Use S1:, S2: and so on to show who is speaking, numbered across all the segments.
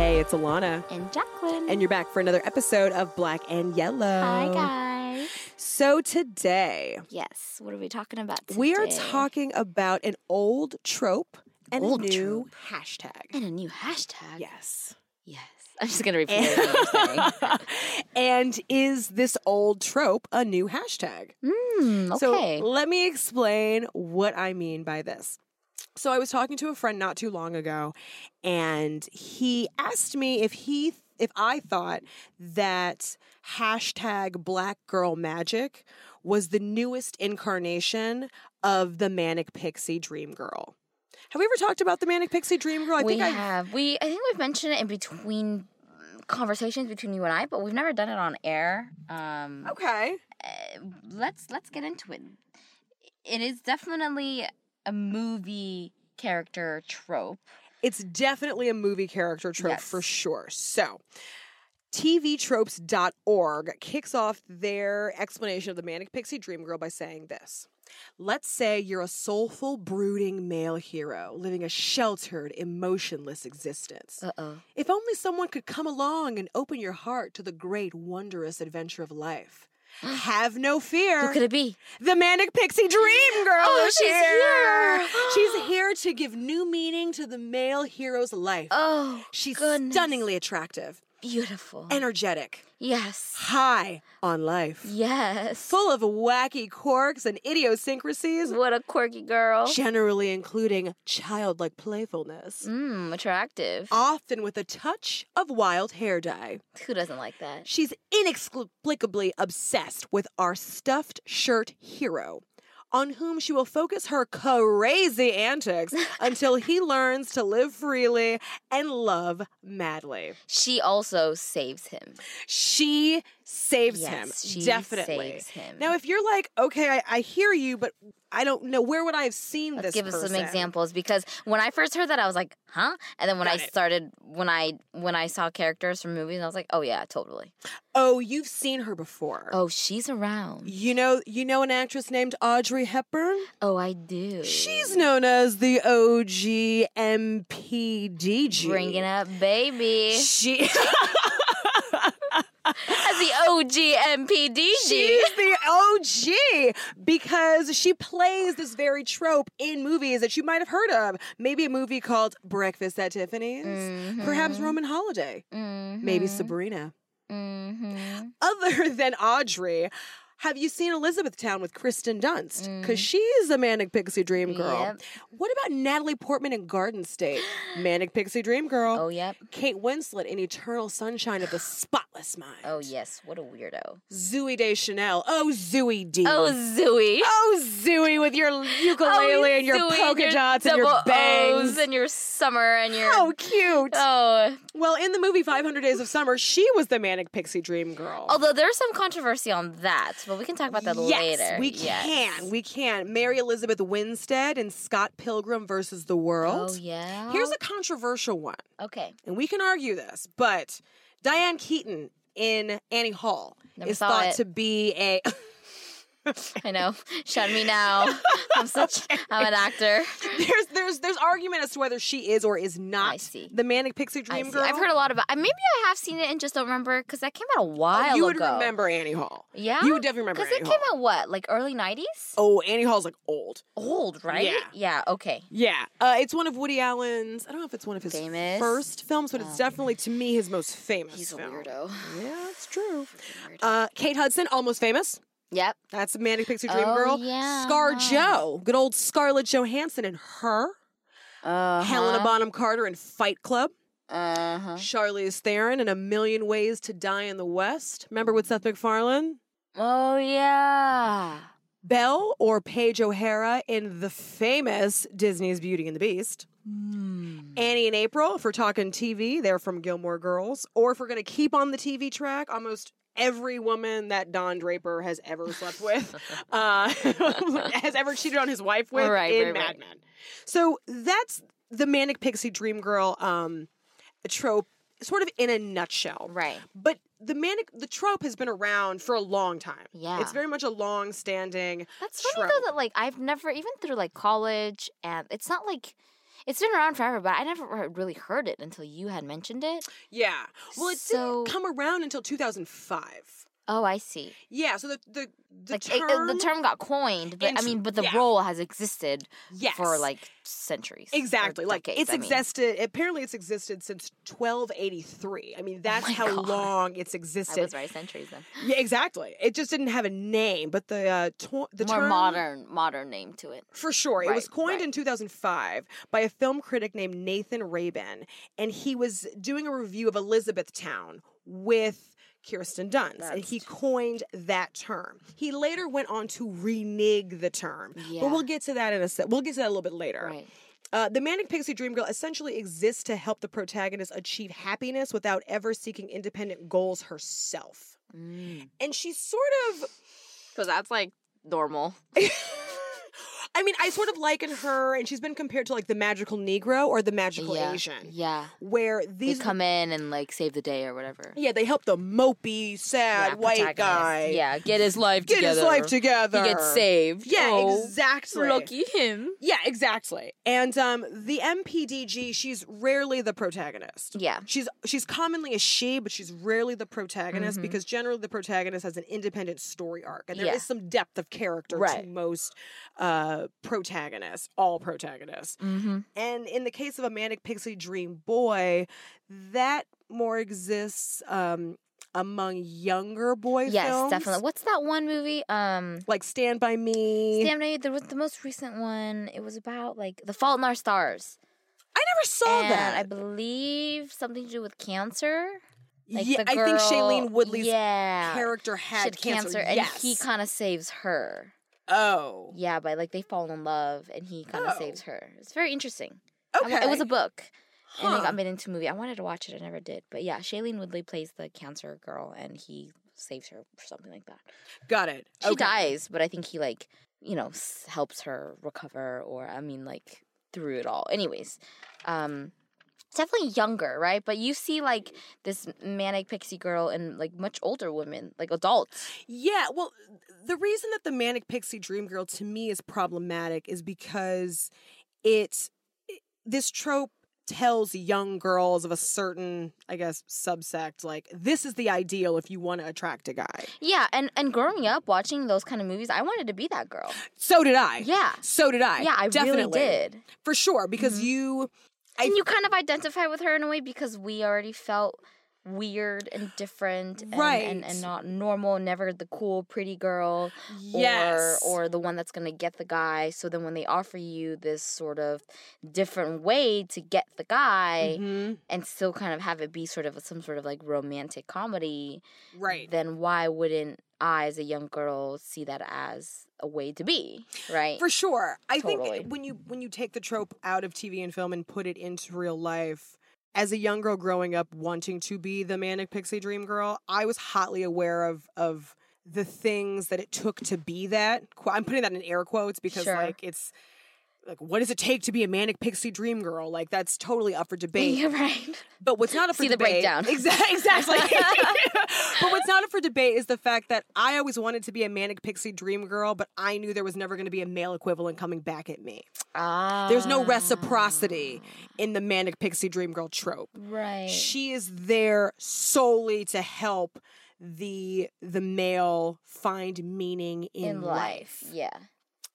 S1: Alana.
S2: And Jacqueline.
S1: And you're back for another episode of Black and Yellow.
S2: Hi, guys.
S1: So today,
S2: Yes. What are we talking about today?
S1: we are talking about an old trope and
S2: Old
S1: a new hashtag.
S2: And a new hashtag.
S1: Yes.
S2: Yes. I'm just going to repeat it. what I'm saying.
S1: and is this old trope a new hashtag?
S2: Mm, okay.
S1: So let me explain what I mean by this. So I was talking to a friend not too long ago, and he asked me if he if I thought that hashtag Black Girl Magic was the newest incarnation of the Manic Pixie Dream Girl. Have we ever talked about the Manic Pixie Dream Girl? I
S2: we
S1: think I
S2: have. We I think we've mentioned it in between conversations between you and I, but we've never done it on air. Um,
S1: okay.
S2: uh, let's let's get into it. It is definitely a movie character trope.
S1: It's definitely a movie character trope
S2: Yes.
S1: for sure. So, TVTropes.org kicks off their explanation of the Manic Pixie Dream Girl by saying this. Let's say you're a soulful, brooding male hero living a sheltered, emotionless existence.
S2: Uh oh.
S1: If only someone could come along and open your heart to the great, wondrous adventure of life. Have no fear.
S2: Who could it be?
S1: The Manic Pixie Dream Girl
S2: Oh,
S1: is
S2: she's
S1: here.
S2: here.
S1: she's here to give new meaning to the male hero's life.
S2: Oh,
S1: she's
S2: goodness.
S1: stunningly attractive,
S2: beautiful.
S1: energetic,
S2: yes.
S1: high on life,
S2: Yes.
S1: full of wacky quirks and idiosyncrasies,
S2: What a quirky girl.
S1: generally including childlike playfulness,
S2: Mmm, attractive.
S1: often with a touch of wild hair dye.
S2: Who doesn't like that?
S1: She's inexplicably obsessed with our stuffed shirt hero, on whom she will focus her crazy antics until he learns to live freely and love madly.
S2: She also saves him.
S1: She saves him,
S2: yes, she
S1: definitely.
S2: saves him.
S1: Now, if you're like, okay, I, I hear you, but I don't know where would I have seen
S2: Let's
S1: this.
S2: give us some
S1: person?
S2: examples because when I first heard that, I was like, "Huh?" And then when
S1: Got
S2: I
S1: it.
S2: started, when I when I saw characters from movies, I was like, "Oh yeah, totally.
S1: Oh, you've seen her before.
S2: Oh, she's around.
S1: You know, you know an actress named Audrey Hepburn.
S2: Oh, I do.
S1: She's known as the OG MPDG.
S2: bringing up baby
S1: She,
S2: as the OG MPDG.
S1: she's the OG because she plays this very trope in movies that you might have heard of. Maybe a movie called Breakfast at Tiffany's, perhaps Roman Holiday, maybe Sabrina.
S2: Mm-hmm.
S1: Other than Audrey, have you seen Elizabethtown with Kristen Dunst? Because she is a manic pixie dream girl.
S2: Mm. Yep.
S1: What about Natalie Portman in Garden State? Manic pixie dream girl.
S2: Oh yep.
S1: Kate Winslet in Eternal Sunshine of the Spotless Mind.
S2: Oh yes. What a weirdo.
S1: Zooey Deschanel. Oh, Zooey D.
S2: Oh Zooey.
S1: Oh, Zooey with your ukulele
S2: Oh,
S1: and your
S2: Zooey,
S1: polka dots and your
S2: double
S1: bangs.
S2: O's and your summer and your
S1: How cute.
S2: oh.
S1: well, in the movie 500 Days of Summer, she was the manic pixie dream girl.
S2: Although there's some controversy on that, but we can talk about that
S1: yes,
S2: later.
S1: we
S2: Yes.
S1: can. We can. Mary Elizabeth Winstead and Scott Pilgrim versus the World.
S2: Oh yeah.
S1: Here's a controversial one,
S2: okay.
S1: and we can argue this, but Diane Keaton in Annie Hall
S2: Never
S1: is
S2: saw
S1: thought
S2: it.
S1: to be a
S2: I know. Shut me now. I'm such. I'm an actor.
S1: there's there's there's argument as to whether she is or is not
S2: I see.
S1: the manic pixie
S2: I
S1: dream
S2: see.
S1: girl. Oh,
S2: I've heard a lot about. I- Maybe I have seen it and just don't remember because that came out a while
S1: you would
S2: ago.
S1: remember Annie Hall.
S2: Yeah.
S1: You would definitely remember
S2: Because
S1: Annie
S2: it
S1: Hall.
S2: came out what, like early '90s?
S1: oh, Annie Hall's like old.
S2: Old, right?
S1: Oh, Yeah.
S2: Yeah. Okay.
S1: Yeah, uh, it's one of Woody Allen's. I don't know if it's one of his
S2: Famous? Oh,
S1: first films, but it's definitely to me his most famous.
S2: He's a
S1: film.
S2: weirdo.
S1: Yeah, it's true.
S2: weirdo.
S1: Uh, Kate Hudson, almost famous.
S2: Yep.
S1: That's a manic pixie dream
S2: Oh,
S1: girl.
S2: yeah.
S1: Scar Joe, good old Scarlett Johansson, and her.
S2: Uh-huh.
S1: Helena Bonham Carter in Fight Club.
S2: Uh huh.
S1: Charlize Theron in A Million Ways to Die in the West. Remember with Seth MacFarlane?
S2: Oh yeah.
S1: Belle or Paige O'Hara in the famous Disney's Beauty and the Beast. Annie and April, if we're talking TV, they're from Gilmore Girls. Or if we're going to keep on the TV track, almost every woman that Don Draper has ever slept with, uh, has ever cheated on his wife with
S2: Right,
S1: in
S2: right,
S1: Mad
S2: right.
S1: Men. So that's the Manic Pixie Dream Girl um, trope, sort of in a nutshell.
S2: Right.
S1: But the manic the trope has been around for a long time.
S2: Yeah.
S1: It's very much a long standing
S2: That's funny
S1: trope.
S2: though that like I've never even through like college and it's not like It's been around forever, but I never re- really heard it until you had mentioned it.
S1: Yeah. Well, it
S2: So-
S1: didn't come around until 2005.
S2: Oh, I see.
S1: Yeah. So the the the
S2: like it- it-
S1: term,
S2: the term got coined, but I
S1: Ins-
S2: mean, but the
S1: yeah.
S2: role has existed
S1: yes.
S2: for like centuries. or
S1: Exactly. Like
S2: decades,
S1: it's
S2: I mean.
S1: existed apparently it's existed since 1283. I mean, that's
S2: Oh my
S1: how
S2: God.
S1: long it's
S2: I was
S1: existed.
S2: right, centuries then.
S1: Yeah, exactly. It just didn't have a name, but the uh to- the
S2: More
S1: term
S2: modern, modern name to it.
S1: For sure. it was
S2: Right,
S1: coined
S2: right.
S1: in 2005 by a film critic named Nathan Rabin, and he was doing a review of Elizabethtown with Kirsten Dunst, and
S2: That's
S1: he
S2: t-
S1: coined that term. He later went on to renege the term.
S2: Yeah.
S1: But we'll get to that in a sec. We'll get to that a little bit later.
S2: Right.
S1: Uh, the Manic Pixie Dream Girl essentially exists to help the protagonist achieve happiness without ever seeking independent goals herself.
S2: Mm.
S1: And she's sort of
S2: Because that's like normal.
S1: I mean, I sort of liken her, and she's been compared to like the magical Negro or the magical
S2: yeah.
S1: Asian,
S2: Yeah.
S1: where these
S2: they come in and like save the day or whatever.
S1: yeah they help the mopey, sad
S2: Yeah,
S1: white
S2: protagonist.
S1: guy
S2: Yeah, get his life
S1: get
S2: together.
S1: his life together.
S2: He gets saved.
S1: Yeah,
S2: Oh,
S1: exactly.
S2: Lucky him.
S1: Yeah, exactly. And um, the MPDG, she's rarely the protagonist.
S2: Yeah.
S1: She's she's commonly a she, but she's rarely the protagonist
S2: Mhm.
S1: because generally the protagonist has an independent story arc, and there is
S2: Yeah.
S1: some depth of character to
S2: Right.
S1: most uh, protagonists, all protagonists.
S2: Mm-hmm.
S1: And in the case of a manic pixie dream boy, that more exists um, among younger boy
S2: Yes,
S1: films,
S2: definitely. What's that one movie? Um,
S1: like Stand by Me.
S2: Sam, no, there was the most recent one. It was about like the Fault in Our Stars.
S1: I never saw
S2: and
S1: that.
S2: I believe something to do with cancer. Like
S1: yeah,
S2: the
S1: I think
S2: girl-
S1: Shailene Woodley's
S2: yeah,
S1: character
S2: she
S1: had cancer.
S2: and
S1: yes.
S2: he kind of saves her.
S1: oh.
S2: Yeah, by like they fall in love, and he kind of
S1: Oh.
S2: saves her. It's very interesting. I
S1: Okay.
S2: wa- it was a book, and it
S1: Huh.
S2: got made into a movie. I wanted to watch it, I never did. But yeah, Shailene Woodley plays the cancer girl, and he saves her or something like that.
S1: Got it.
S2: She
S1: Okay.
S2: dies, but I think he like you know s- helps her recover, or I mean like through it all. Anyways, um, it's definitely younger, right? But you see like this manic pixie girl and like much older women, like adults.
S1: Yeah, well, the reason that the manic pixie dream girl to me is problematic is because it, it- this trope tells young girls of a certain, I guess, subsect like this is the ideal if you want to attract a guy.
S2: Yeah, and and growing up watching those kind of movies, I wanted to be that girl.
S1: So did I.
S2: Yeah.
S1: So did I.
S2: Yeah, I
S1: Definitely.
S2: really did.
S1: For sure because
S2: Mhm.
S1: you I-
S2: and you kind of identify with her in a way because we already felt weird and different and, and,
S1: Right.
S2: and not normal, never the cool, pretty girl.
S1: yes
S2: or or the one that's gonna get the guy. So then when they offer you this sort of different way to get the guy
S1: Mhm.
S2: and still kind of have it be sort of some sort of like romantic comedy,
S1: right.
S2: then why wouldn't I as a young girl see that as a way to be? Right?
S1: For sure. I
S2: Totally.
S1: think when you when you take the trope out of TV and film and put it into real life, as a young girl growing up wanting to be the manic pixie dream girl, I was hotly aware of of the things that it took to be that. Qu- I'm putting that in air quotes because
S2: Sure.
S1: like it's like what does it take to be a manic pixie dream girl? Like that's totally up for debate.
S2: Yeah, right.
S1: But what's not up for
S2: See the
S1: debate,
S2: breakdown.
S1: Exactly. exactly. but what's not up for debate is the fact that I always wanted to be a manic pixie dream girl, but I knew there was never going to be a male equivalent coming back at me.
S2: Ah.
S1: There's no reciprocity in the manic pixie dream girl trope.
S2: Right.
S1: She is there solely to help the the male find meaning in,
S2: in life. Yeah.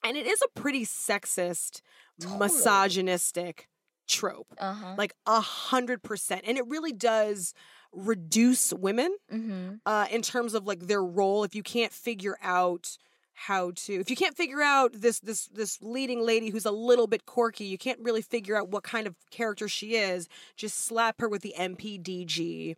S1: And it is a pretty sexist,
S2: Totally.
S1: misogynistic trope
S2: Uh-huh.
S1: like a hundred percent and it really does reduce women
S2: mm-hmm.
S1: uh, in terms of like their role if you can't figure out how to if you can't figure out this this this leading lady who's a little bit quirky you can't really figure out what kind of character she is just slap her with the mpdg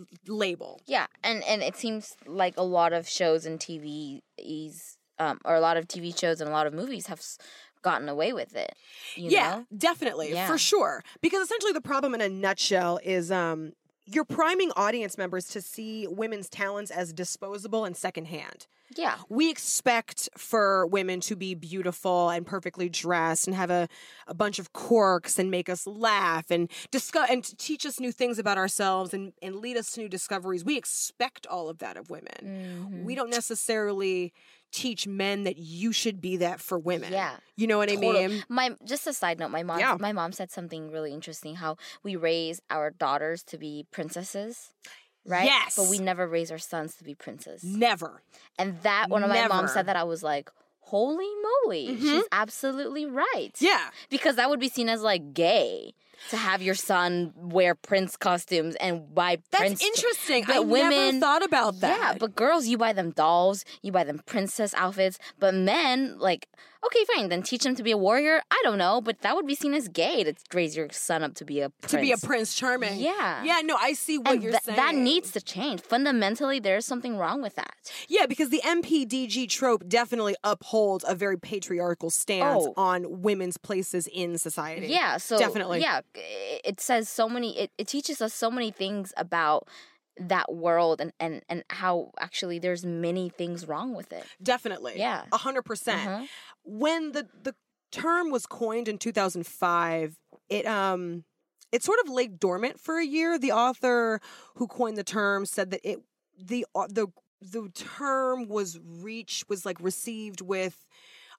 S1: l- label
S2: Yeah, and and it seems like a lot of shows and TVs, um, or a lot of TV shows and a lot of movies have s- gotten away with it. You
S1: yeah
S2: know?
S1: definitely
S2: Yeah.
S1: for sure because essentially the problem in a nutshell is um you're priming audience members to see women's talents as disposable and secondhand
S2: yeah,
S1: we expect for women to be beautiful and perfectly dressed and have a, a bunch of quirks and make us laugh and discuss and to teach us new things about ourselves and, and lead us to new discoveries. We expect all of that of women.
S2: Mhm.
S1: We don't necessarily teach men that you should be that for women.
S2: Yeah.
S1: You know what I
S2: Total.
S1: mean?
S2: My just a side note, my mom
S1: Yeah.
S2: my mom said something really interesting how we raise our daughters to be princesses, right?
S1: Yes.
S2: But we never raise our sons to be princes.
S1: Never.
S2: And that when my mom
S1: Never. Mm-hmm.
S2: said that I was like, "Holy moly, she's absolutely right."
S1: Yeah.
S2: Because that would be seen as like gay to have your son wear prince costumes and buy
S1: That's
S2: prince
S1: interesting.
S2: but
S1: I never
S2: women-
S1: thought about that.
S2: yeah, but girls, you buy them dolls, you buy them princess outfits. But men, like, okay, fine, then teach them to be a warrior. I don't know, but that would be seen as gay to raise your son up to be a prince.
S1: to be a prince charming.
S2: Yeah.
S1: Yeah, no, I see what
S2: And
S1: you're
S2: tha-
S1: saying.
S2: that needs to change. Fundamentally, there is something wrong with that.
S1: Yeah, because the MPDG trope definitely upholds a very patriarchal stance
S2: Oh.
S1: on women's places in society.
S2: Yeah, so
S1: Definitely.
S2: yeah, it it says so many. It, it teaches us so many things about that world and and and how actually there's many things wrong with it.
S1: Definitely.
S2: Yeah.
S1: A 100%. percent
S2: Uh-huh.
S1: When the the term was coined in 2005, it um it sort of lay dormant for a year. The author who coined the term said that it the uh, the the term was reached was like received with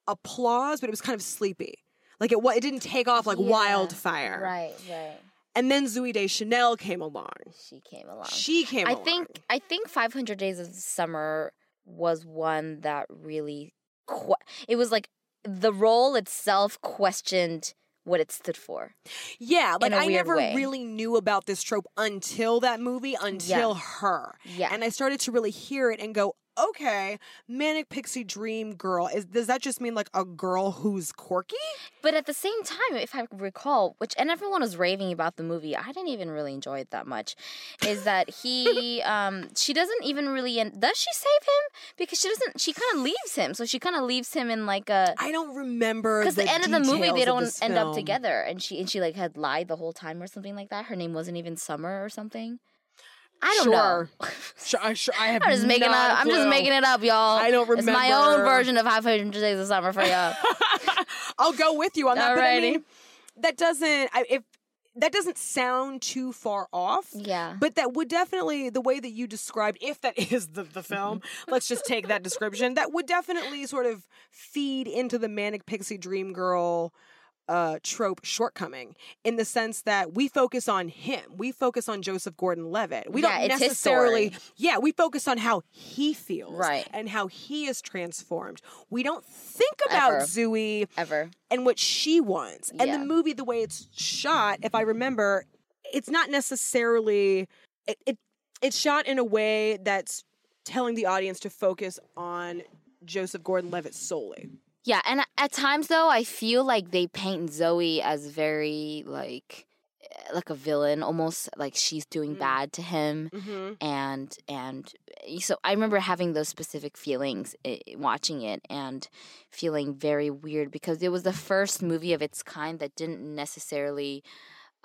S1: applause, but it was kind of sleepy. Like it wa- it didn't take off like
S2: Yeah.
S1: wildfire.
S2: Right, right.
S1: And then Zooey Deschanel came along.
S2: She came along.
S1: She came.
S2: I
S1: along.
S2: think I think 500 Days of Summer was one that really que- it was like the role itself questioned what it stood for.
S1: Yeah, like
S2: a
S1: I
S2: weird
S1: never
S2: way.
S1: really knew about this trope until that movie, until her,
S2: Yeah.
S1: and I started to really hear it and go, okay, manic pixie dream girl. Is does that just mean like a girl who's quirky?
S2: but at the same time, if I recall, which and everyone was raving about the movie, I didn't even really enjoy it that much, is that he um she doesn't even really en- does she save him? Because she doesn't she kind of leaves him. So she kind of leaves him in like a
S1: I don't remember
S2: because the, end of the movie
S1: details
S2: they
S1: of
S2: don't
S1: this
S2: end up
S1: film.
S2: together and she and she like had lied the whole time or something like that her name wasn't even summer or something i don't
S1: Sure.
S2: know
S1: Sure, I, sure, I have
S2: i'm just making
S1: not
S2: up
S1: a
S2: i'm just
S1: clue.
S2: making it up y'all
S1: I don't remember.
S2: it's my own version of 500 days of summer for y'all
S1: I'll go with you on that. But I
S2: Alrighty.
S1: mean, that doesn't. I, if that doesn't sound too far off.
S2: yeah
S1: But that would definitely, the way that you described, if that is the, the film, let's just take that description, that would definitely sort of feed into the manic pixie dream girl uh, trope shortcoming in the sense that we focus on him. We focus on Joseph Gordon Levitt. We
S2: Yeah,
S1: don't
S2: it's his
S1: necessarily,
S2: story.
S1: yeah, we focus on how he feels
S2: Right.
S1: and how he is transformed. We don't think about
S2: Ever.
S1: Zooey
S2: ever
S1: and what she wants. And
S2: Yeah.
S1: the movie, the way it's shot, if I remember, it's not necessarily it, it it's shot in a way that's telling the audience to focus on Joseph Gordon Levitt solely.
S2: yeah and at times though i feel like they paint zoe as very like eh, like a villain almost like she's doing
S1: Mm.
S2: bad to him
S1: Mm-hmm.
S2: and and eh, so I remember having those specific feelings eh, watching it and feeling very weird because it was the first movie of its kind that didn't necessarily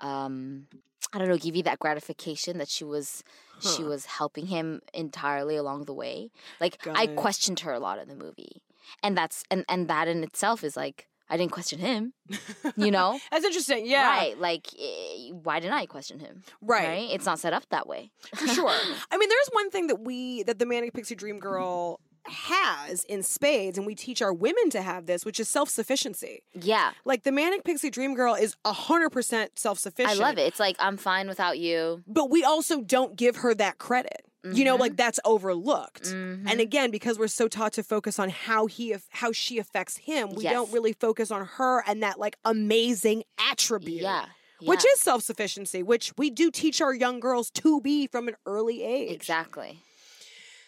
S2: um I don't know give you that gratification that she was she
S1: Huh.
S2: was helping him entirely along the way. Like I
S1: Got it.
S2: questioned her a lot in the movie. And that's and and that in itself is like I didn't question him, you know?
S1: That's interesting. Yeah,
S2: Right. Like eh, why didn't I question him?
S1: right.
S2: right? It's not set up that way.
S1: for sure. I mean, there's one thing that we that the manic pixie dream girl has in spades, and we teach our women to have this, which is self sufficiency.
S2: Yeah.
S1: Like the manic pixie dream girl is hundred percent self
S2: I
S1: sufficient.
S2: love it. It's like I'm fine without you.
S1: but we also don't give her that credit. You know,
S2: Mhm.
S1: like that's overlooked.
S2: Mhm.
S1: And again, because we're so taught to focus on how he aff- how she affects him, we
S2: Yes.
S1: don't really focus on her and that like amazing attribute.
S2: yeah,
S1: Which
S2: yeah,
S1: is self sufficiency, which we do teach our young girls to be from an early age.
S2: exactly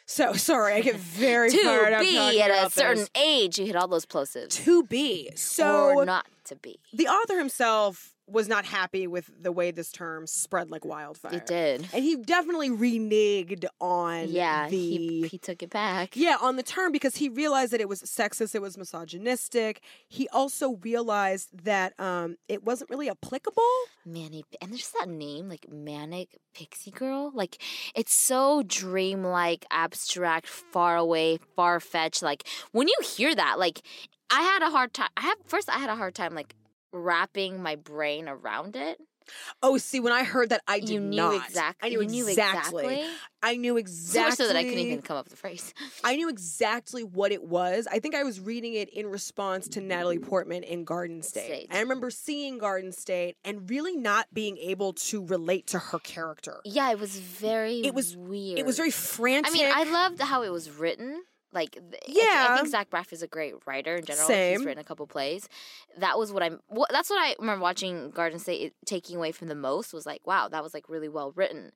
S1: So sorry, I get very fired
S2: to
S1: up
S2: be
S1: talking
S2: at a
S1: about
S2: certain
S1: this.
S2: age. You hit all those plosives,
S1: to be. So
S2: or not to be.
S1: the author himself was not happy with the way this term spread like wildfire.
S2: It did.
S1: and he definitely reneged on
S2: Yeah,
S1: the
S2: he he took it back.
S1: yeah on the term because he realized that it was sexist it was misogynistic he also realized that um it wasn't really applicable
S2: Manic, and there's that name like manic pixie girl. Like it's so dreamlike, abstract, far away, far fetched. Like when you hear that, like I had a hard time. I have first I had a hard time like wrapping my brain around it.
S1: Oh, see, when I heard that, I did
S2: you knew
S1: not.
S2: exactly.
S1: I knew,
S2: you knew
S1: exactly.
S2: exactly.
S1: I knew
S2: So much
S1: exactly.
S2: so that I couldn't even come up with the phrase.
S1: I knew exactly what it was. I think I was reading it in response to Natalie Portman in Garden State.
S2: State.
S1: And I remember seeing Garden State and really not being able to relate to her character.
S2: Yeah, it was very.
S1: It was-
S2: weird.
S1: It was very
S2: I
S1: frantic.
S2: mean, I loved how it was written. Like, th- I thi- I,
S1: Yeah.
S2: think Zach Braff is a great writer in general.
S1: Same.
S2: He's written a couple plays. That was what I'm. wha- that's what I remember watching Garden State it, taking away from the most was like, wow, that was like really well written.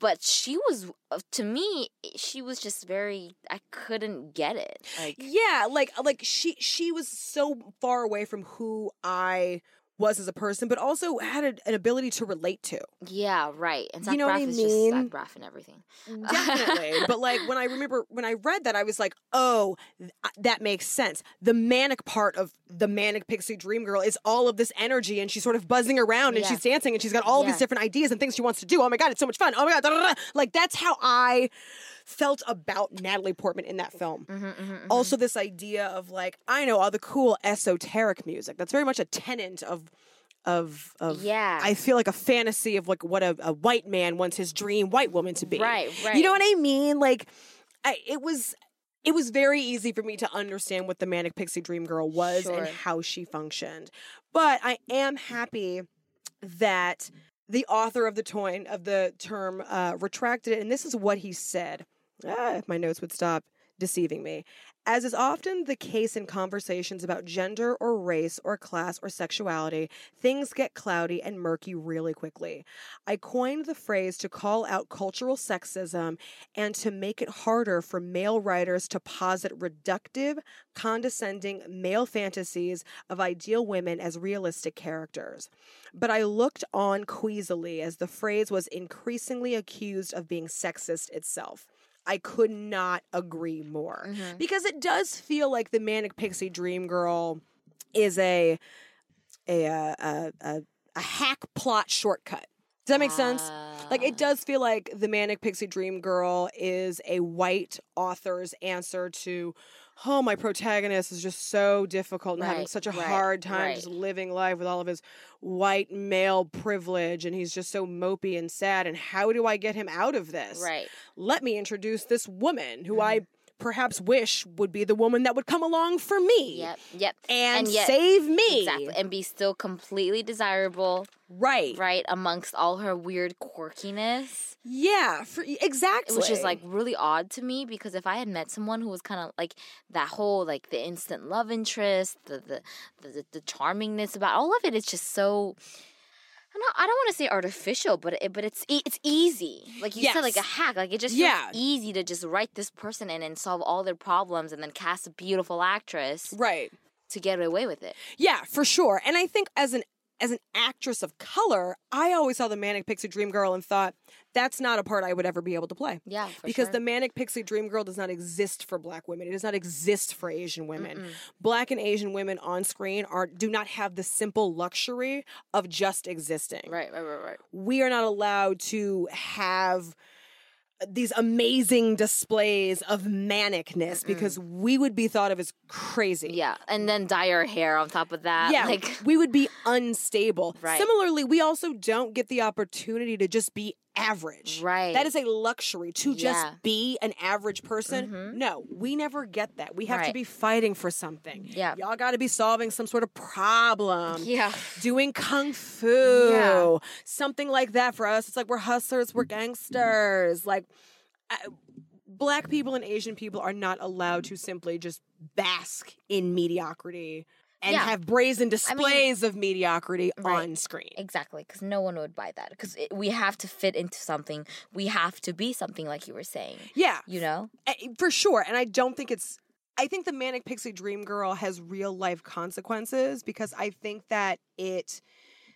S2: But she was, uh, to me, she was just very. I couldn't get it. Like,
S1: yeah, like uh, like she she was so far away from who I was as a person, but also had a, an ability to relate to.
S2: yeah, right. And
S1: You
S2: Zach
S1: know what
S2: Braff
S1: I
S2: is
S1: mean?
S2: just Zach Braff and everything.
S1: Definitely. but like when I remember when I read that, I was like, oh, th- that makes sense. The manic part of the manic pixie dream girl is all of this energy, and she's sort of buzzing around and
S2: Yeah.
S1: she's dancing and she's got all of these
S2: Yeah.
S1: different ideas and things she wants to do. Oh my God, it's so much fun. Oh my God. da, da, da, da. Like that's how I felt about Natalie Portman in that film.
S2: hmm hmm
S1: Also, this idea of like, I know all the cool esoteric music. That's very much a tenet of. Of, of
S2: yeah.
S1: I feel like a fantasy of like what a, a white man wants his dream white woman to be.
S2: Right, right.
S1: You know what I mean? Like, I, it was it was very easy for me to understand what the manic pixie dream girl was and
S2: Sure.
S1: how she functioned. But I am happy that the author of the toin of the term uh, retracted it, and this is what he said. Ah, if my notes would stop deceiving me. As is often the case in conversations about gender or race or class or sexuality, things get cloudy and murky really quickly. I coined the phrase to call out cultural sexism and to make it harder for male writers to posit reductive, condescending male fantasies of ideal women as realistic characters. But I looked on queasily as the phrase was increasingly accused of being sexist itself. I could not agree more
S2: Mhm.
S1: because it does feel like the manic pixie dream girl is a a uh, a a, a hack plot shortcut. Does that make sense? Like it
S2: Ah.
S1: does feel like the manic pixie dream girl is a white author's answer to, oh, my protagonist is just so difficult and having
S2: Right,
S1: such a
S2: right,
S1: hard time
S2: right.
S1: just living life with all of his white male privilege, and he's just so mopey and sad. And how do I get him out of this?
S2: Right.
S1: let me introduce this woman who I
S2: Mm-hmm.
S1: perhaps wish would be the woman that would come along for me
S2: Yep. Yep.
S1: and,
S2: And yet-
S1: save me.
S2: Exactly. And be still completely desirable,
S1: Right.
S2: right? Amongst all her weird quirkiness,
S1: Yeah, for, e, exactly.
S2: which is like really odd to me because if I had met someone who was kind of like that whole like the instant love interest, the the the, the, the charmingness about all of it is just so I'm not, I don't want to say artificial, but it, but it's e- it's easy. Like you said, like a
S1: Yes.
S2: hack. Like it just feels
S1: Yeah.
S2: easy to just write this person in and solve all their problems, and then cast a beautiful actress
S1: right.
S2: to get away with it.
S1: Yeah, for sure. And I think as an as an actress of color, I always saw the manic pixie dream girl and thought that's not a part I would ever be able to play.
S2: Yeah, for
S1: because
S2: sure.
S1: the manic pixie dream girl does not exist for black women. It does not exist for Asian women. Black and Asian women on screen are do not have the simple luxury of just existing.
S2: right, right, right, right.
S1: We are not allowed to have uh, these amazing displays of manicness because we would be thought of as crazy.
S2: Mm. Yeah, and then dye her hair on top of that.
S1: Yeah,
S2: like
S1: we would be unstable.
S2: Right.
S1: Similarly, we also don't get the opportunity to just be average.
S2: right.
S1: That is a luxury to just
S2: Yeah.
S1: be an average person.
S2: Mhm.
S1: No, we never get that. We have to
S2: Right.
S1: be fighting for something.
S2: Yeah.
S1: Y'all got to be solving some sort of problem.
S2: yeah.
S1: Doing kung fu,
S2: Yeah.
S1: something like that for us. It's like we're hustlers, we're gangsters. Like, I, black people and Asian people are not allowed to simply just bask in mediocrity and
S2: Yeah.
S1: have brazen displays of mediocrity
S2: Right.
S1: on screen.
S2: Exactly, because no one would buy that. Because we have to fit into something. We have to be something, like you were saying.
S1: Yeah.
S2: You know.
S1: Uh, for sure and i don't think it's i think the manic pixie dream girl has real life consequences because i think that it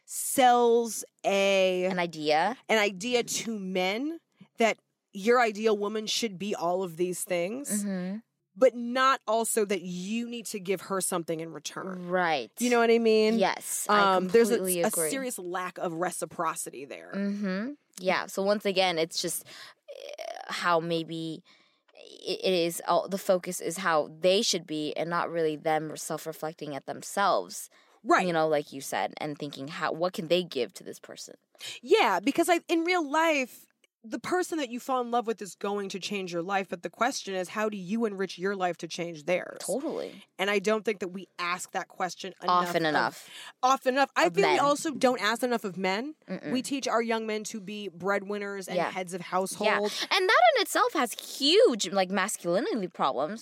S1: sells a
S2: An idea.
S1: an idea to men that your ideal woman should be all of these things
S2: Mm-hmm.
S1: but not also that you need to give her something in return
S2: Right.
S1: you know what i mean
S2: Yes. Mm. I
S1: um there's a,
S2: completely
S1: a
S2: agree.
S1: serious lack of reciprocity there
S2: Mm-hmm. Yeah. So once again, it's just uh, how maybe i- it is. All, the focus is how they should be, and not really them self-reflecting at themselves.
S1: Right.
S2: you know, like you said, and thinking how what can they give to this person?
S1: Yeah, because I in real life, the person that you fall in love with is going to change your life, but the question is how do you enrich your life to change theirs?
S2: Totally.
S1: And I don't think that we ask that question enough
S2: Often
S1: of-
S2: enough.
S1: often enough. I
S2: of
S1: think we
S2: men.
S1: also don't ask enough of men.
S2: Mm-mm.
S1: We teach our young men to be breadwinners and
S2: Mm. Yeah.
S1: heads of household.
S2: And that in itself has huge like masculinity problems.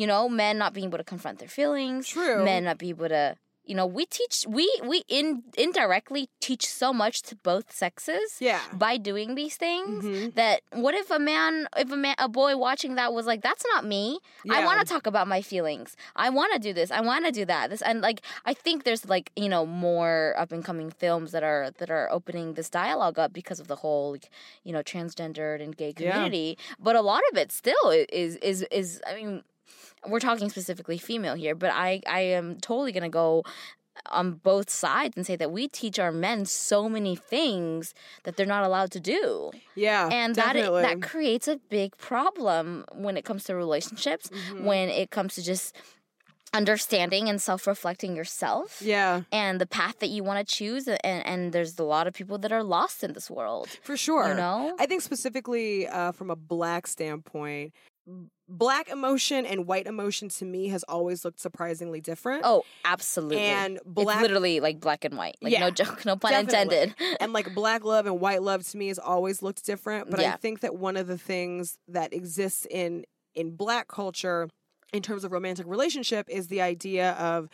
S2: You know, men not being able to confront their feelings,
S1: True.
S2: men not being able to you know, we teach we we in indirectly teach so much to both sexes
S1: Yeah.
S2: by doing these things.
S1: Mhm.
S2: That what if a man, if a man, a boy watching that was like, that's not me. I
S1: Yeah.
S2: want to talk about my feelings. I want to do this. I want to do that. This and like, I think there's like you know more up and coming films that are that are opening this dialogue up because of the whole like, you know transgendered and gay
S1: Yeah.
S2: community. But a lot of it still i- is is is I mean. We're talking specifically female here, but I, I am totally gonna go on both sides and say that we teach our men so many things that they're not allowed to do
S1: Yeah.
S2: and that it,
S1: Uh, definitely.
S2: that creates a big problem when it comes to relationships
S1: Mhm.
S2: when it comes to just understanding and self-reflecting yourself
S1: Yeah.
S2: and the path that you want to choose and, and there's a lot of people that are lost in this world
S1: For sure.
S2: you know
S1: I think specifically uh, from a black standpoint, m- black emotion and white emotion to me has always looked surprisingly different.
S2: oh absolutely
S1: and
S2: it's
S1: black
S2: literally like black and white like
S1: Yeah,
S2: no joke no pun
S1: definitely.
S2: intended
S1: and like black love and white love to me has always looked different. But I
S2: Yeah.
S1: think that one of the things that exists in in black culture in terms of romantic relationship is the idea of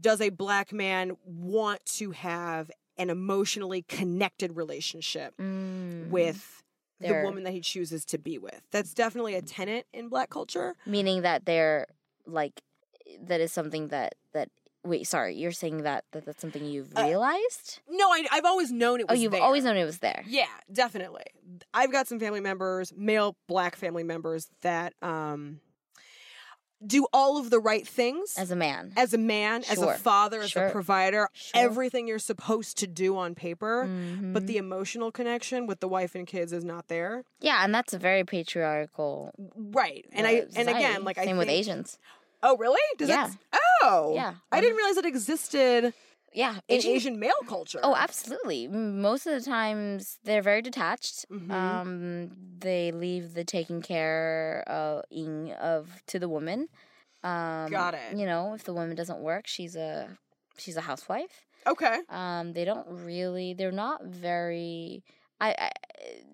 S1: does a black man want to have an emotionally connected relationship
S2: Mm.
S1: with
S2: Their-
S1: the woman that he chooses to be with. That's definitely
S2: Mm.
S1: a tenet in black culture.
S2: meaning that they're like that is something that that wait sorry you're saying that that that's something you've
S1: Uh,
S2: realized
S1: No, I, I've always known it
S2: oh
S1: was
S2: you've
S1: there.
S2: always known it was there
S1: Yeah, definitely. I've got some family members, male black family members that um do all of the right things
S2: as a man
S1: as a man, as
S2: Sure.
S1: a father, as
S2: Sure.
S1: a provider,
S2: Sure.
S1: everything you're supposed to do on paper, but
S2: Mhm.
S1: the emotional connection with the wife and kids is not there.
S2: Mm-hmm. yeah and that's a very patriarchal
S1: Right. And
S2: uh,
S1: I and
S2: society.
S1: again, like
S2: same
S1: I think,
S2: with asians
S1: Oh, really? Does
S2: Yeah.
S1: that Oh.
S2: Yeah. um,
S1: I didn't realize it existed
S2: yeah
S1: in
S2: Asian-
S1: Asian male culture.
S2: oh absolutely most of the times they're very detached
S1: Mhm.
S2: um they leave the taking care uh, ing of to the woman um
S1: Got it.
S2: you know if the woman doesn't work she's a she's a housewife
S1: Okay.
S2: Um, they don't really. They're not very. I, I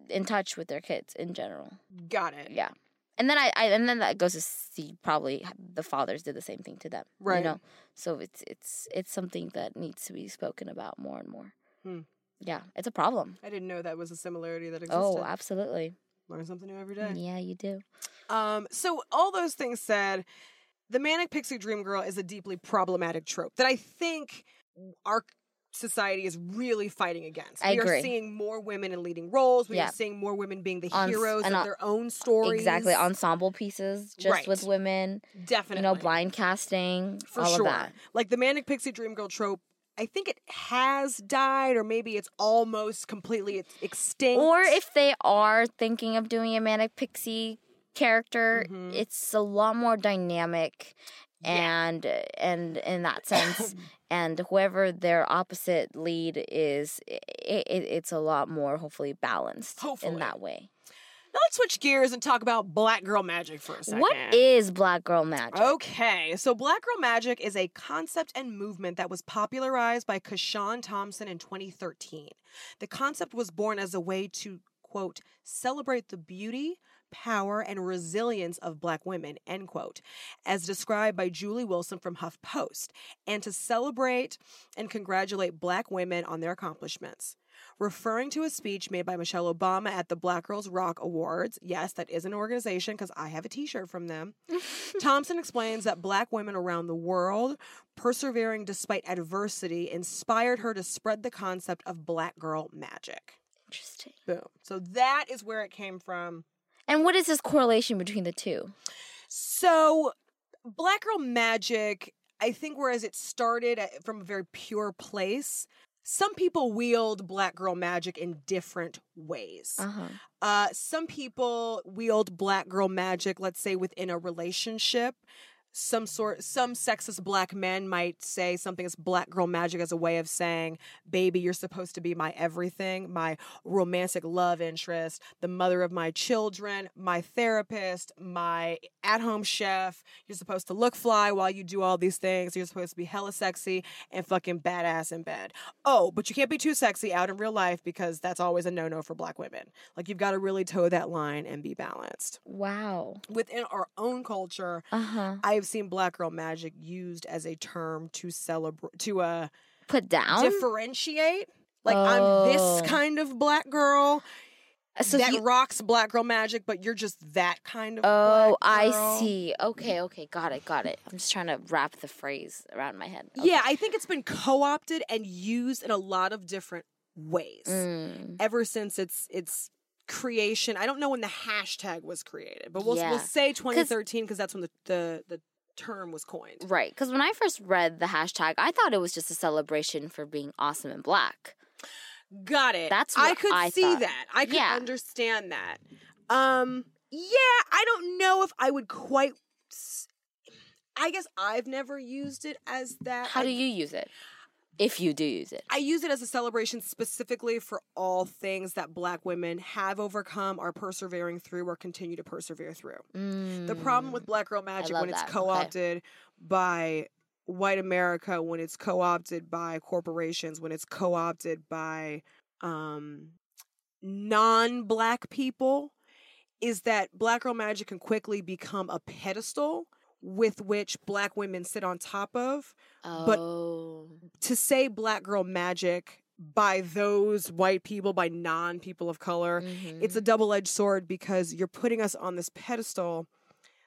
S2: in touch with their kids in general.
S1: Got it.
S2: Yeah, and then I, I and then that goes to see probably the fathers did the same thing to them.
S1: Right.
S2: You know, so it's it's it's something that needs to be spoken about more and more.
S1: Hmm.
S2: Yeah, it's a problem.
S1: I didn't know that was a similarity that existed.
S2: Oh, absolutely.
S1: Learn something new every day.
S2: Yeah, you do.
S1: Um, so all those things said, the manic pixie dream girl is a deeply problematic trope that I think our society is really fighting against.
S2: I
S1: we are
S2: agree.
S1: seeing more women in leading roles. We
S2: Yeah.
S1: are seeing more women being the
S2: On s-
S1: heroes
S2: and
S1: of
S2: on-
S1: their own stories.
S2: Exactly. Ensemble pieces just
S1: Right.
S2: with women.
S1: definitely
S2: You know, blind casting.
S1: for
S2: all
S1: sure.
S2: of that.
S1: Like the manic pixie dream girl trope. I think it has died, or maybe it's almost completely ex- extinct.
S2: Or if they are thinking of doing a manic pixie character,
S1: Mhm.
S2: it's a lot more dynamic
S1: Yeah.
S2: and and in that sense and whoever their opposite lead is i i it's a lot more hopefully balanced
S1: Hopefully.
S2: in that way.
S1: now let's switch gears and talk about black girl magic for a second. Oh.
S2: What is black girl magic?
S1: Okay, so Black Girl Magic is a concept and movement that was popularized by Kashawn Thompson in 2013. The concept was born as a way to, quote, celebrate the beauty, power, and resilience of Black women, end quote, as described by Julie Wilson from HuffPost, and to celebrate and congratulate Black women on their accomplishments. Referring to a speech made by Michelle Obama at the Black Girls Rock Awards, yes, that is an organization because I have a t shirt from them. Thompson explains that black women around the world, persevering despite adversity, inspired her to spread the concept of black girl magic.
S2: Interesting.
S1: Boom. So that is where it came from.
S2: And what is this correlation between the two?
S1: So, black girl magic, I think, whereas it started at- from a very pure place, some people wield black girl magic in different ways.
S2: Uh-huh.
S1: Uh, some people wield black girl magic, let's say within a relationship, some sort some sexist black men might say something as black girl magic as a way of saying baby you're supposed to be my everything my romantic love interest the mother of my children my therapist my at-home chef you're supposed to look fly while you do all these things you're supposed to be hella sexy and fucking badass in bed oh but you can't be too sexy out in real life because that's always a no-no for black women like you've got to really toe that line and be balanced
S2: Wow.
S1: within our own culture
S2: Uh huh.
S1: I have seen black girl magic used as a term to celebrate to uh
S2: Put down.
S1: differentiate. Like I'm
S2: Oh. Uh,
S1: this kind of black girl
S2: so
S1: that
S2: you-
S1: rocks black girl magic, but you're just that kind of.
S2: Oh,
S1: black
S2: I
S1: girl.
S2: see. Okay, okay, got it, got it. I'm just trying to wrap the phrase around my head. Okay.
S1: Yeah, I think it's been co-opted and used in a lot of different ways
S2: Mm.
S1: ever since its its creation. I don't know when the hashtag was created, but we'll
S2: Yeah.
S1: we'll say 2013 because that's when the, the the term was coined.
S2: Right, because when I first read the hashtag, I thought it was just a celebration for being awesome and black.
S1: Got it.
S2: That's
S1: I
S2: what
S1: could
S2: I
S1: see
S2: thought.
S1: that. I could
S2: Yeah.
S1: understand that. Um yeah, I don't know if I would quite s- I guess I've never used it as that.
S2: How
S1: I,
S2: do you use it? If you do use it.
S1: I use it as a celebration specifically for all things that black women have overcome, are persevering through, or continue to persevere through. The problem with black girl magic
S2: Mm. love
S1: when it's
S2: that. Okay.
S1: co-opted by white America, when it's co-opted by corporations, when it's co-opted by um, non-black people, is that black girl magic can quickly become a pedestal with which black women sit on top of.
S2: Mm.
S1: but-
S2: Oh.
S1: To say black girl magic by those white people, by non-people of color,
S2: mhm.
S1: it's a double edged sword because you're putting us on this pedestal,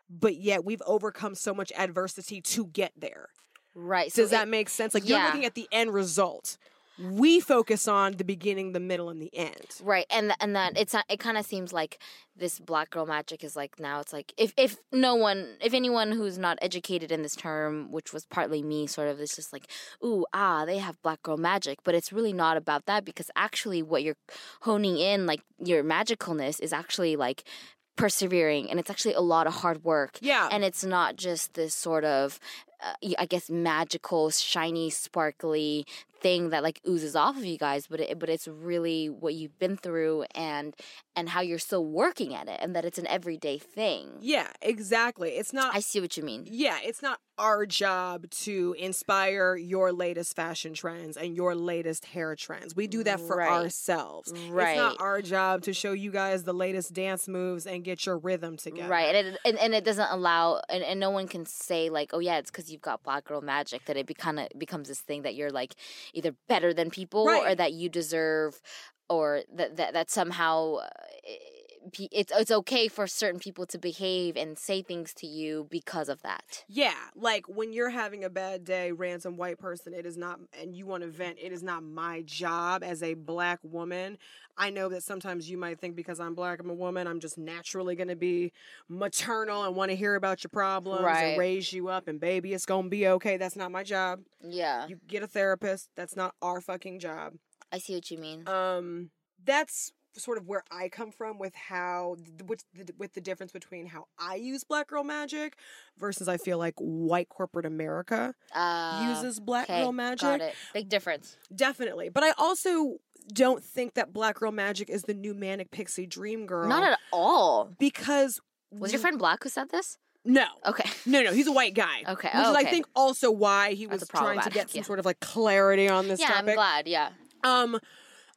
S1: but yet we've overcome so much adversity to get there.
S2: right.
S1: Does
S2: so it-
S1: that make sense? Like you're
S2: yeah.
S1: looking at the end result. We focus on the beginning, the middle, and the end.
S2: Right, and th- and that it's not, it kind of seems like this black girl magic is like now it's like if if no one if anyone who's not educated in this term, which was partly me, sort of it's just like ooh ah they have black girl magic, but it's really not about that because actually what you're honing in like your magicalness is actually like persevering and it's actually a lot of hard work
S1: Yeah.
S2: and it's not just this sort of uh, y- i guess magical shiny sparkly thing that like oozes off of you guys but it, but it's really what you've been through and and how you're still working at it and that it's an everyday thing
S1: yeah, exactly. It's not
S2: i see what you mean
S1: yeah, it's not our job to inspire your latest fashion trends and your latest hair trends. We do that for
S2: Right.
S1: ourselves. It's
S2: Right.
S1: not our job to show you guys the latest dance moves and get your rhythm together.
S2: Right, and it, and, and it doesn't allow, and, and no one can say like, oh yeah, it's because you've got black girl magic that it be kind of becomes this thing that you're like either better than people or
S1: Right.
S2: that you deserve, or that that, that somehow uh, it- pe- it's it's okay for certain people to behave and say things to you because of that.
S1: Yeah, like when you're having a bad day, ransom white person, it is not, and you want to vent, it is not my job as a black woman. I know that sometimes you might think because I'm black, I'm a woman, I'm just naturally going to be maternal and want to hear about your problems
S2: Right.
S1: and raise you up, and baby, it's going to be okay. That's not my job.
S2: Yeah,
S1: You get a therapist. That's not our fucking job.
S2: I see what you mean.
S1: Um, that's sort of where I come from with how with the, with the difference between how I use black girl magic versus I feel like white corporate America
S2: Uh,
S1: uses black
S2: okay,
S1: girl magic.
S2: Got it. Big difference.
S1: Definitely. But I also don't think that black girl magic is the new manic pixie dream girl
S2: Not at all.
S1: because
S2: Was your friend black who said this?
S1: No.
S2: Okay.
S1: No, no, he's a white guy.
S2: Okay, oh,
S1: Which is, I
S2: okay.
S1: think, also why he was
S2: That's a
S1: trying to
S2: problematic,
S1: get some
S2: yeah.
S1: sort of like clarity on this
S2: Yeah,
S1: topic.
S2: I'm glad. Yeah.
S1: Um,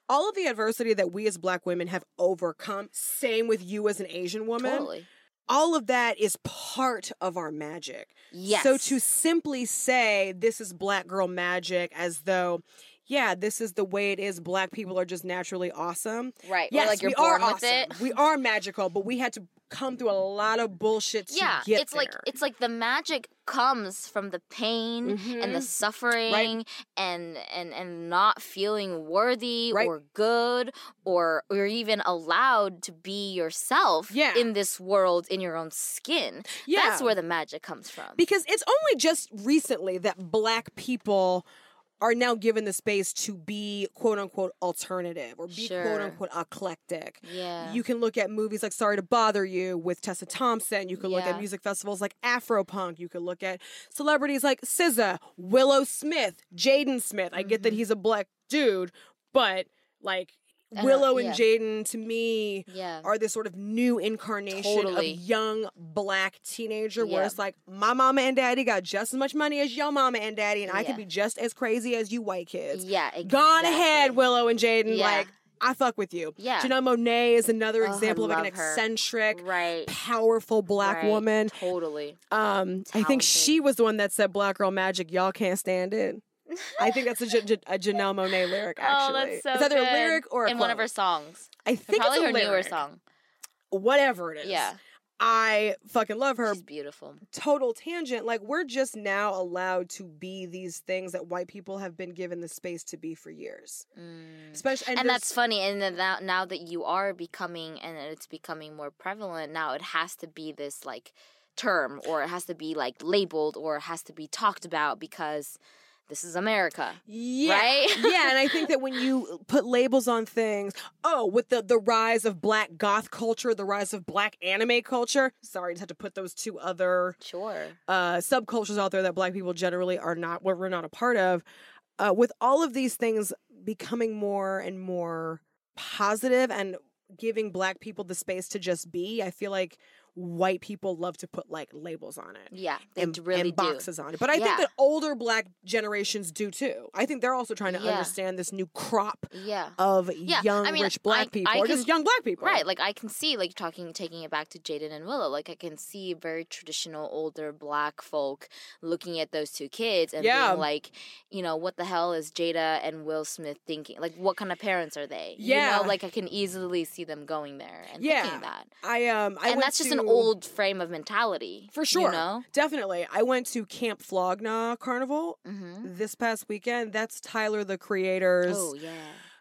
S1: all of the adversity that we as black women have overcome, same with you as an Asian woman,
S2: Totally.
S1: all of that is part of our magic.
S2: Yes.
S1: So to simply say this is black girl magic as though, yeah, this is the way it is, black people are just naturally awesome.
S2: Right.
S1: yes,
S2: or like you're
S1: we
S2: born
S1: are
S2: with
S1: awesome.
S2: it.
S1: We are magical, but we had to come through a lot of bullshit to
S2: Yeah.
S1: get
S2: It's like
S1: there.
S2: it's like the magic comes from the pain and the
S1: Mhm.
S2: suffering and and and not feeling worthy
S1: Right.
S2: or good or or even allowed to be yourself
S1: Yeah.
S2: in this world in your own skin.
S1: yeah.
S2: That's where the magic comes from.
S1: because it's only just recently that black people are now given the space to be quote unquote alternative or be
S2: Sure.
S1: quote unquote eclectic.
S2: Yeah.
S1: You can look at movies like Sorry to Bother You with Tessa Thompson. You can look
S2: Yeah.
S1: at music festivals like Afropunk. You can look at celebrities like SZA, Willow Smith, Jaden Smith. I get that
S2: Mhm.
S1: he's a black dude, but like
S2: I know,
S1: Willow and
S2: Uh-huh, yeah.
S1: Jaden to me
S2: yeah.
S1: are this sort of new incarnation
S2: Totally.
S1: of young black teenager where
S2: Yeah.
S1: it's like my mama and daddy got just as much money as your mama and daddy and I
S2: Yeah.
S1: could be just as crazy as you white kids.
S2: yeah. Exactly.
S1: Gone ahead, Willow and Jaden.
S2: Yeah.
S1: Like I fuck with you.
S2: Yeah.
S1: Janelle Monet is another
S2: Oh, I
S1: example of like an
S2: love her.
S1: eccentric,
S2: right.
S1: powerful black
S2: Right.
S1: woman.
S2: Totally.
S1: Um, I think
S2: Talented.
S1: she was the one that said "Black girl magic." Y'all can't stand it. I think that's a, Ja- Ja- a Janelle Monet lyric.
S2: Oh,
S1: Actually,
S2: that's so
S1: it's either
S2: good.
S1: a lyric or a
S2: in one of
S1: quote.
S2: her songs.
S1: I think
S2: Probably
S1: it's a
S2: her newer
S1: lyric.
S2: song.
S1: Whatever it is,
S2: Yeah.
S1: I fucking love her.
S2: She's beautiful.
S1: Total tangent. Like we're just now allowed to be these things that white people have been given the space to be for years.
S2: Mm.
S1: Especially,
S2: And,
S1: there's-
S2: that's funny. And then now, now that you are becoming and it's becoming more prevalent, now it has to be this like term or it has to be like labeled or it has to be talked about because this is America.
S1: yeah.
S2: Right?
S1: yeah, and I think that when you put labels on things, oh, with the the rise of black goth culture, the rise of black anime culture. Sorry, just had to put those two other
S2: Sure.
S1: uh, subcultures out there that black people generally are not what we're not a part of. Uh, with all of these things becoming more and more positive and giving black people the space to just be, I feel like white people love to put like labels on it
S2: Yeah. They
S1: and,
S2: d- really
S1: and boxes on it. But I think
S2: Yeah.
S1: that older black generations do too. I think they're also trying to
S2: Yeah.
S1: understand this new crop
S2: do. Yeah.
S1: of
S2: Yeah,
S1: young
S2: I mean,
S1: rich black
S2: I-
S1: people
S2: I
S1: or just
S2: can-
S1: young black people.
S2: Right, like I can see, like talking, taking it back to Jaden and Willow. Like I can see very traditional older black folk looking at those two kids and
S1: Yeah.
S2: being like, you know, what the hell is Jada and Will Smith thinking? Like, what kind of parents are they?
S1: Yeah.
S2: you know, like I can easily see them going there and
S1: Yeah.
S2: thinking that,
S1: I um I
S2: and
S1: went
S2: that's just an
S1: to-
S2: old frame of mentality
S1: For sure.
S2: You know,
S1: Definitely. I went to Camp Flogna Carnival
S2: mm-hmm.
S1: this past weekend. That's Tyler the Creator's
S2: oh yeah,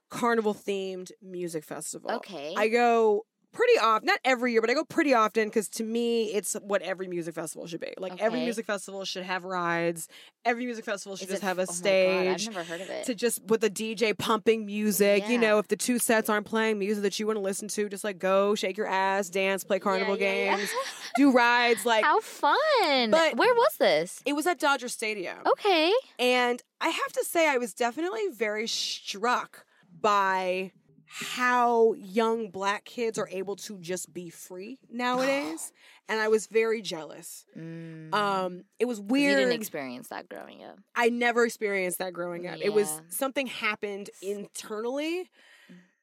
S1: carnival themed music festival.
S2: okay,
S1: I go pretty often, not every year, but I go pretty often because to me, it's what every music festival should be. Like every
S2: Okay.
S1: music festival should have rides. Every music festival should
S2: Is
S1: just
S2: it-
S1: have a
S2: oh my God,
S1: stage
S2: I've never heard of it.
S1: to just with a DJ pumping music. You
S2: Yeah.
S1: know, if the two sets aren't playing music that you want to listen to, just like go shake your ass, dance, play
S2: Yeah,
S1: carnival
S2: yeah, yeah.
S1: games, do rides. Like
S2: How fun!
S1: But-
S2: Where was this?
S1: it was at Dodger Stadium.
S2: Okay,
S1: And I have to say, I was definitely very struck by how young black kids are able to just be free nowadays. and I was very jealous.
S2: mm.
S1: Um, it was
S2: 'Cause You
S1: weird.
S2: didn't experience that growing up.
S1: I never experienced that growing up. It was
S2: Yeah. Mm.
S1: something happened internally.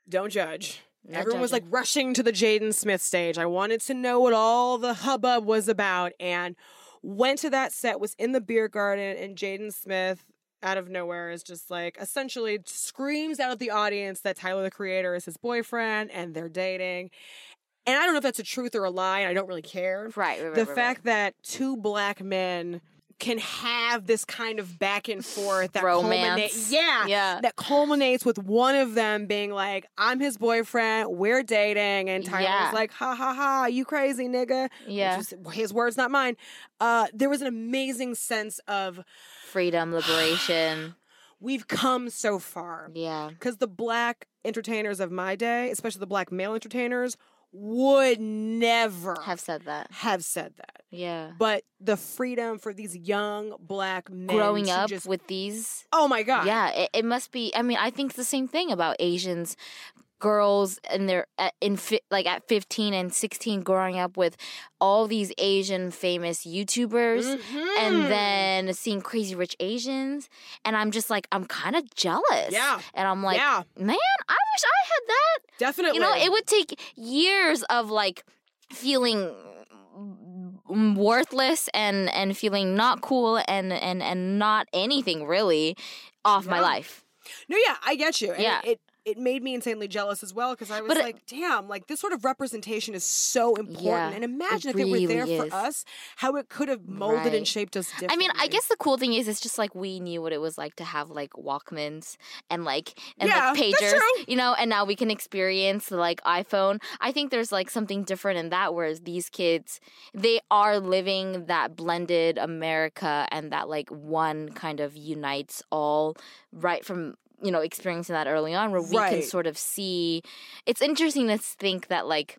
S1: Don't judge.
S2: Not
S1: Everyone was like
S2: judging.
S1: rushing to the Jaden Smith stage. I wanted to know what all the hubbub was about and went to that set, was in the beer garden, and Jaden Smith out of nowhere is just like essentially screams out at the audience that Tyler the creator is his boyfriend and they're dating. And I don't know if that's a truth or a lie, and I don't really care
S2: right, right, right
S1: the
S2: right, right.
S1: fact that two black men can have this kind of back and forth that
S2: Romance.
S1: culminates yeah,
S2: yeah,
S1: that culminates with one of them being like i'm his boyfriend we're dating and tyler's
S2: Yeah.
S1: like ha ha ha you crazy nigga
S2: yeah.
S1: Which is his words not mine uh, there was an amazing sense of
S2: Freedom, liberation.
S1: we've come so far
S2: yeah,
S1: because the black entertainers of my day especially the black male entertainers would never
S2: have said that.
S1: have said that
S2: Yeah,
S1: but the freedom for these young black men
S2: growing
S1: to
S2: up
S1: just,
S2: with these.
S1: oh my god
S2: Yeah, it, it must be. I mean, I think it's the same thing about Asians, girls, and they're at, in fi- like at fifteen and sixteen, growing up with all these Asian famous YouTubers.
S1: Mhm.
S2: and then seeing crazy rich Asians, and I'm just like, I'm kind of jealous.
S1: Yeah.
S2: and I'm like,
S1: yeah
S2: man, I wish I had that.
S1: definitely
S2: You know, it would take years of like feeling mm, worthless and and feeling not cool and and and not anything really off my
S1: Yeah.
S2: life.
S1: no yeah i get you And
S2: Yeah.
S1: it, it it made me insanely jealous as well because I was
S2: But uh it-
S1: like, damn, like this sort of representation is so important.
S2: Yeah,
S1: and
S2: it
S1: imagine if it were there
S2: really is.
S1: for us, how it could have molded
S2: Right.
S1: and shaped us differently.
S2: I mean, I guess the cool thing is, it's just like we knew what it was like to have like Walkmans and like and like
S1: Yeah, that's
S2: pagers,
S1: true.
S2: you know, and now we can experience the like iPhone. I think there's like something different in that, whereas these kids, they are living that blended America and that like one kind of unites all, right from you know experiencing that early on, where we can
S1: Right.
S2: sort of see. It's interesting to think that like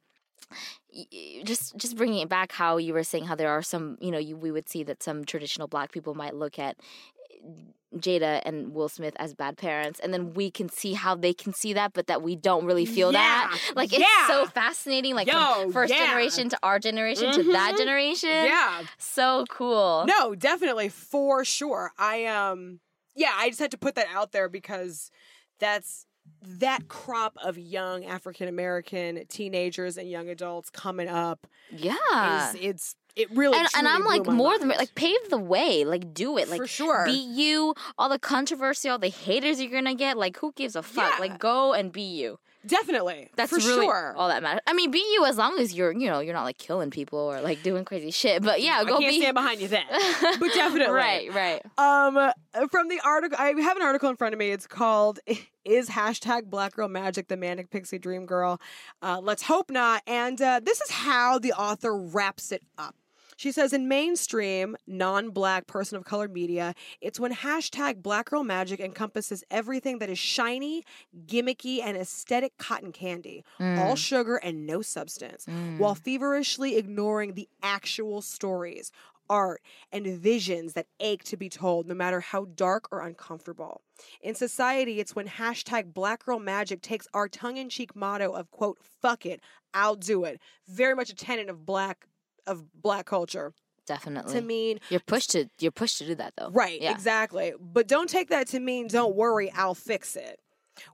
S2: y- y- just just bringing it back how you were saying how there are some you know you, we would see that some traditional black people might look at eh, jada and will smith as bad parents and then we can see how they can see that but that we don't really feel that
S1: Yeah,
S2: like it's
S1: yeah.
S2: so fascinating like from
S1: Yo,
S2: first
S1: yeah.
S2: generation to our generation to that
S1: Mhm.
S2: generation
S1: yeah,
S2: so cool
S1: no, definitely for sure. I um, yeah, I just had to put that out there because that's that crop of young African American teenagers and young adults coming up
S2: yeah
S1: is it's it really
S2: and, and
S1: truly
S2: i'm
S1: blew
S2: like
S1: my
S2: more than
S1: mind.
S2: like pave the way like do it like
S1: for sure
S2: be you all the controversy all the haters you're gonna get like who gives a fuck
S1: Yeah.
S2: like go and be you
S1: definitely
S2: That's
S1: for
S2: really
S1: sure.
S2: all that matters. I mean, be you as long as you're, you know, you're not like killing people or like doing crazy shit. But yeah, go
S1: I can't
S2: be.
S1: stand behind you then. but definitely.
S2: right, right.
S1: Um, from the article, I have an article in front of me. It's called "Is hashtag Black Girl Magic the Manic Pixie Dream Girl?" Uh, let's hope not. And uh, this is how the author wraps it up. She says in mainstream non black person of color media, it's when hashtag black girl magic encompasses everything that is shiny, gimmicky, and aesthetic cotton candy,
S2: Mm,
S1: all sugar and no substance, while feverishly ignoring the actual stories, art, and visions that ache to be told, no matter how dark or uncomfortable. In society, it's when hashtag black girl magic takes our tongue in cheek motto of, quote, fuck it, I'll do it, very much a tenet of black of black culture
S2: Definitely.
S1: to mean
S2: you're pushed to you're pushed to do that though.
S1: right
S2: Yeah.
S1: exactly but don't take that to mean don't worry i'll fix it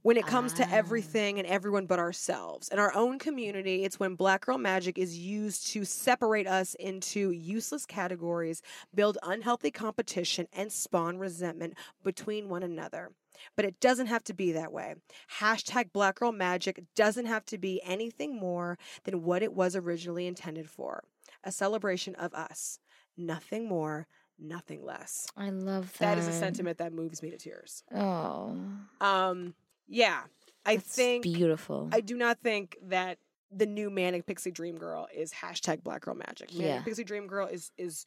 S1: when it comes
S2: Ah.
S1: to everything and everyone but ourselves and our own community it's when black girl magic is used to separate us into useless categories build unhealthy competition and spawn resentment between one another but it doesn't have to be that way hashtag black girl magic doesn't have to be anything more than what it was originally intended for a celebration of us nothing more nothing less
S2: I love that.
S1: that is a sentiment that moves me to tears
S2: Oh,
S1: um yeah i
S2: that's
S1: think
S2: beautiful.
S1: i do not think that the new manic pixie dream girl is hashtag black girl magic manic
S2: Yeah.
S1: pixie dream girl is is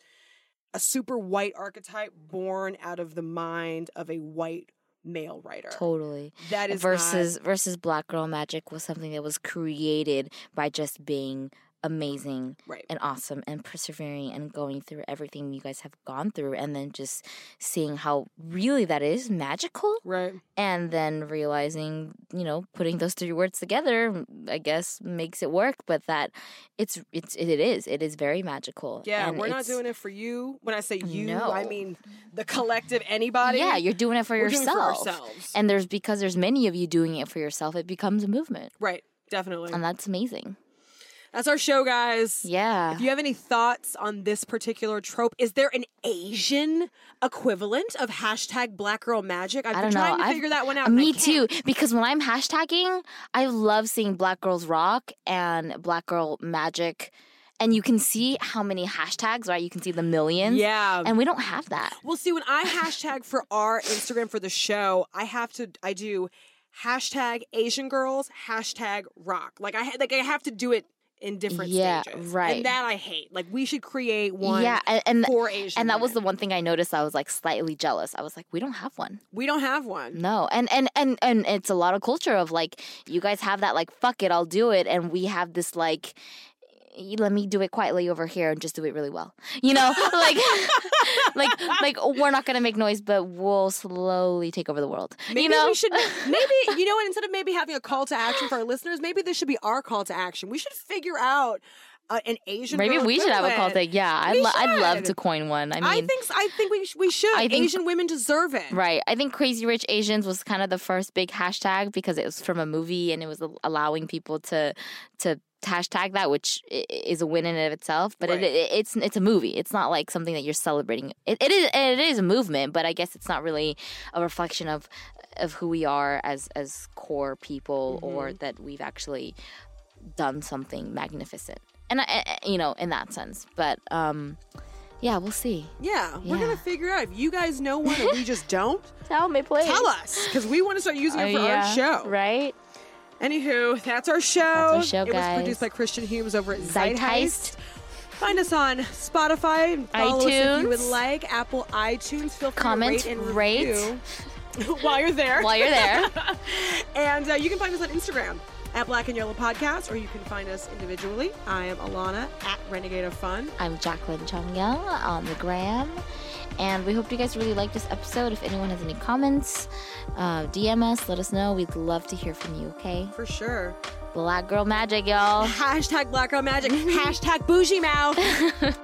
S1: a super white archetype born out of the mind of a white male writer
S2: totally.
S1: that is not-
S2: Versus versus Black Girl Magic was something that was created by just being amazing
S1: right
S2: and awesome and persevering and going through everything you guys have gone through and then just seeing how really that is magical
S1: right
S2: and then realizing you know putting those three words together i guess makes it work but that it's it's it is it is very magical
S1: Yeah,
S2: and
S1: we're not
S2: it's-
S1: doing it for you. When I say you, I
S2: No.
S1: mean the collective, anybody.
S2: yeah you're doing it for
S1: We're doing it
S2: yourself
S1: for ourselves.
S2: and there's because there's many of you doing it for yourself it becomes a movement
S1: right, definitely.
S2: and that's amazing
S1: That's our show, guys.
S2: yeah Uh,
S1: If you have any thoughts on this particular trope, is there an Asian equivalent of hashtag Black Girl Magic? I've
S2: I
S1: been
S2: don't know.
S1: trying to
S2: I've-
S1: figure that one out.
S2: Uh,
S1: and I
S2: Me
S1: can't.
S2: too, because when I'm hashtagging, I love seeing Black Girls Rock and Black Girl Magic, and you can see how many hashtags, right? You can see the millions.
S1: Yeah.
S2: And we don't have that.
S1: Well, see, when I hashtag for our Instagram for the show, I have to, I do hashtag Asian girls, hashtag rock. Like I, ha- like I have to do it in different
S2: Yeah,
S1: stages.
S2: right.
S1: And that I hate. Like we should create one
S2: yeah, and and,
S1: for Asian.
S2: and that was the
S1: women.
S2: one thing I noticed. I was like slightly jealous. I was like, we don't have one.
S1: we don't have one.
S2: No, and and and and it's a lot of culture of like you guys have that like fuck it, I'll do it, and we have this like. y- Let me do it quietly over here and just do it really well. You know, like, like, like we're not gonna make noise, but we'll slowly take over the world.
S1: Maybe
S2: you know,
S1: we should. Maybe you know what? Instead of maybe having a call to action for our listeners, maybe this should be our call to action. We should figure out uh, an Asian.
S2: Maybe
S1: girl
S2: we should have a cult
S1: equivalent.
S2: thing. Yeah, I'd,
S1: We
S2: lo- I'd love
S1: should.
S2: to coin one. I mean,
S1: I, think s- I think we sh- we should.
S2: I think-
S1: Asian women deserve it.
S2: Right. I think Crazy Rich Asians was kind of the first big hashtag because it was from a movie and it was al- allowing people to to hashtag that, which i- i- is a win in and of itself. But
S1: Right.
S2: it, it, it's it's a movie. It's not like something that you're celebrating. It, it is it is a movement, but I guess it's not really a reflection of of who we are as as core people
S1: Mm-hmm.
S2: or that we've actually done something magnificent. And I, I- I- you know, in that sense. But um yeah, we'll see.
S1: Yeah, we're gonna
S2: Yeah.
S1: figure out if you guys know one and we just don't.
S2: Tell me, please.
S1: Tell us because we want to start using it for our show.
S2: Uh, Right?
S1: Anywho, that's our show.
S2: our show,
S1: it was
S2: guys.
S1: produced by Christian Humes over at
S2: Zeitgeist.
S1: Zeitgeist. Find us on Spotify and follow us if you would
S2: iTunes.
S1: like. Apple iTunes. Feel free
S2: Comment,
S1: to rate and
S2: rate.
S1: review while you're there.
S2: While you're there.
S1: And uh, you can find us on Instagram at Black and Yellow Podcast, or you can find us individually. I am Alana at Renegade of Fun.
S2: I'm Jacqueline Chongyang on the gram. And we hope you guys really like this episode. If anyone has any comments, uh, DM us, let us know. We'd love to hear from you, okay?
S1: For sure.
S2: Black girl magic, y'all.
S1: Hashtag Black Girl Magic. Hashtag Bougie Mouth.